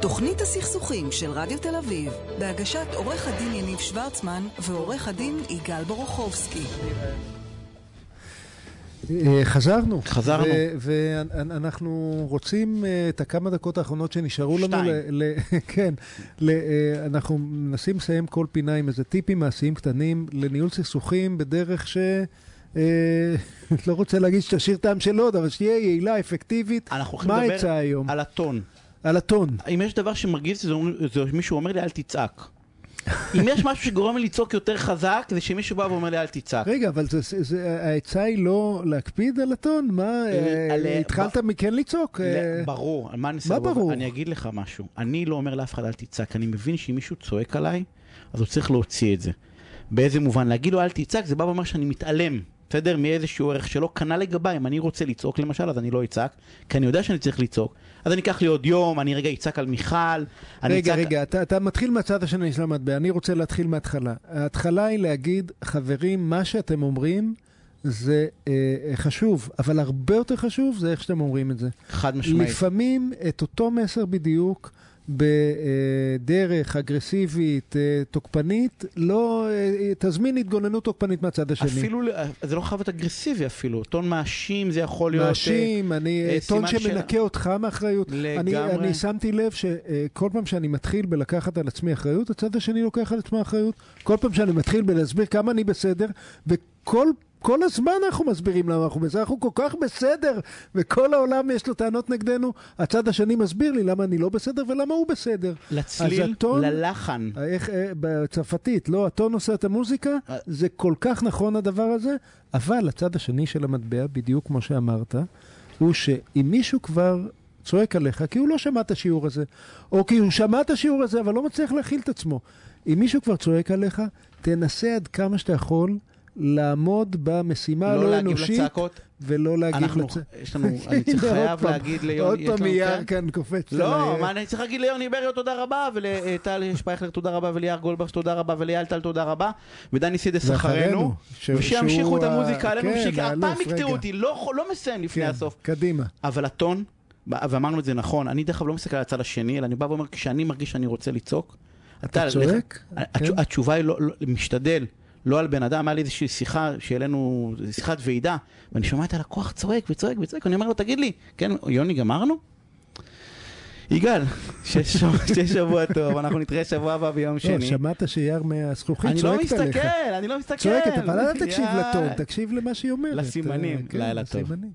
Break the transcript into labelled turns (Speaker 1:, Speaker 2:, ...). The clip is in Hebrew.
Speaker 1: תוכנית הסכסוכים של רדיו תל אביב, בהגשת עורך הדין יניב שוורצמן ועורך הדין יגאל בורוכובסקי.
Speaker 2: אה, חזרנו.
Speaker 3: חזרנו.
Speaker 2: ואנחנו רוצים אה, את הכמה דקות האחרונות שנשארו לנו.
Speaker 3: שתיים.
Speaker 2: ל- ל- כן. ל- אה, אנחנו מנסים לסיים כל פינה עם איזה טיפים מעשיים קטנים לניהול סכסוכים בדרך ש... אה, לא רוצה להגיד שתשאיר טעם של עוד, אבל שתהיה יעילה, אפקטיבית.
Speaker 3: אנחנו הולכים
Speaker 2: מה
Speaker 3: לדבר
Speaker 2: העצה היום?
Speaker 3: על הטון.
Speaker 2: על הטון.
Speaker 3: אם יש דבר שמרגיז, זה, זה מישהו אומר לי אל תצעק. אם יש משהו שגורם לי לצעוק יותר חזק, זה שמישהו בא ואומר לי אל תצעק.
Speaker 2: רגע, אבל זה- זה- זה- העצה היא לא להקפיד על הטון? מה, אה,
Speaker 3: על-
Speaker 2: התחלת מכן לצעוק? אה,
Speaker 3: ל- ברור, על מה אני אנסה
Speaker 2: מה
Speaker 3: לבוא-
Speaker 2: ברור?
Speaker 3: אני אגיד לך משהו. אני לא אומר לאף אחד אל תצעק, אני מבין שאם מישהו צועק עליי, אז הוא צריך להוציא את זה. באיזה מובן? להגיד לו אל תצעק, זה בא ואומר שאני מתעלם, בסדר? מאיזשהו ערך שלו. כנ"ל לגביי, אם אני רוצה לצעוק למשל, אז אני לא אצעק, כי אני יודע שאני צריך לצעוק. אז אני אקח לי עוד יום, אני רגע אצעק על מיכל, אני
Speaker 2: רגע,
Speaker 3: אצעק...
Speaker 2: רגע, אתה, אתה מתחיל מהצד השני של המטבע, אני רוצה להתחיל מההתחלה. ההתחלה היא להגיד, חברים, מה שאתם אומרים זה אה, חשוב, אבל הרבה יותר חשוב זה איך שאתם אומרים את זה.
Speaker 3: חד משמעית.
Speaker 2: לפעמים את אותו מסר בדיוק, בדרך אגרסיבית, אה, תוקפנית, לא, אה, תזמין התגוננות תוקפנית מהצד השני.
Speaker 3: אפילו, ל- זה לא חייב להיות אגרסיבי אפילו, טון מאשים זה יכול להיות... אה,
Speaker 2: מאשים, אני,
Speaker 3: אה,
Speaker 2: טון
Speaker 3: סימן
Speaker 2: שמנקה אותך מאחריות. אני,
Speaker 3: לגמרי.
Speaker 2: אני שמתי לב שכל פעם שאני מתחיל בלקחת על עצמי אחריות, הצד השני לוקח על עצמו אחריות. כל פעם שאני מתחיל בלהסביר כמה אני בסדר, וכל... כל הזמן אנחנו מסבירים למה אנחנו בסדר, אנחנו כל כך בסדר, וכל העולם יש לו טענות נגדנו. הצד השני מסביר לי למה אני לא בסדר ולמה הוא בסדר. אז
Speaker 3: לצליל,
Speaker 2: הטון-
Speaker 3: ללחן.
Speaker 2: איך, אה, בצרפתית, לא, הטון עושה את המוזיקה,
Speaker 3: אה.
Speaker 2: זה כל כך נכון הדבר הזה, אבל הצד השני של המטבע, בדיוק כמו שאמרת, הוא שאם מישהו כבר צועק עליך, כי הוא לא שמע את השיעור הזה, או כי הוא שמע את השיעור הזה, אבל לא מצליח להכיל את עצמו, אם מישהו כבר צועק עליך, תנסה עד כמה שאתה יכול לעמוד במשימה
Speaker 3: לא
Speaker 2: הלא
Speaker 3: להגיב
Speaker 2: אנושית,
Speaker 3: לצעקות.
Speaker 2: ולא להגיב
Speaker 3: אנחנו,
Speaker 2: לצ...
Speaker 3: יש לנו, אני צריך
Speaker 2: הנה, עוד
Speaker 3: חייב
Speaker 2: פעם,
Speaker 3: להגיד ליוני,
Speaker 2: עוד
Speaker 3: יש
Speaker 2: פעם
Speaker 3: לנו-
Speaker 2: אייר
Speaker 3: כן?
Speaker 2: כאן קופץ.
Speaker 3: לא,
Speaker 2: עליי.
Speaker 3: מה אני צריך להגיד ליוני בריו תודה רבה, ולטל שפייכלר תודה רבה, וליאר גולדבס תודה רבה, וליאל טל תודה רבה, ודני סידס אחרינו,
Speaker 2: ש-
Speaker 3: ושימשיכו
Speaker 2: שהוא
Speaker 3: את
Speaker 2: ה-
Speaker 3: המוזיקה עלינו,
Speaker 2: כן,
Speaker 3: שהפעם
Speaker 2: האלוף,
Speaker 3: יקטעו
Speaker 2: רגע.
Speaker 3: אותי, לא לא מסיים לפני
Speaker 2: כן,
Speaker 3: הסוף.
Speaker 2: קדימה.
Speaker 3: אבל הטון, ואמרנו את זה נכון, אני דרך אגב לא מסתכל על הצד השני, אלא אני בא ואומר, כשאני מרגיש שאני רוצה לצעוק,
Speaker 2: אתה צועק?
Speaker 3: התש-
Speaker 2: כן.
Speaker 3: התשובה היא לא, לא- משתדל, לא על בן אדם, היה לי איזושהי שיחה שהעלינו, שיחת ועידה, ואני שומע את הלקוח צועק וצועק וצועק, אני אומר לו, תגיד לי, כן, יוני, גמרנו? יגאל, שיש שבוע- שיש שבוע טוב, אנחנו נתראה שבוע הבא ביום
Speaker 2: לא,
Speaker 3: שני.
Speaker 2: שמעת שיאיר מהזכוכית
Speaker 3: אני לא
Speaker 2: צועקת עליך.
Speaker 3: מסתכל, אני לא מסתכל.
Speaker 2: צועקת, אבל אל תקשיב
Speaker 3: יאי.
Speaker 2: לטון, תקשיב למה שהיא אומרת.
Speaker 3: לסימנים,
Speaker 2: אה, כן,
Speaker 3: לילה טוב.
Speaker 2: לסימנים.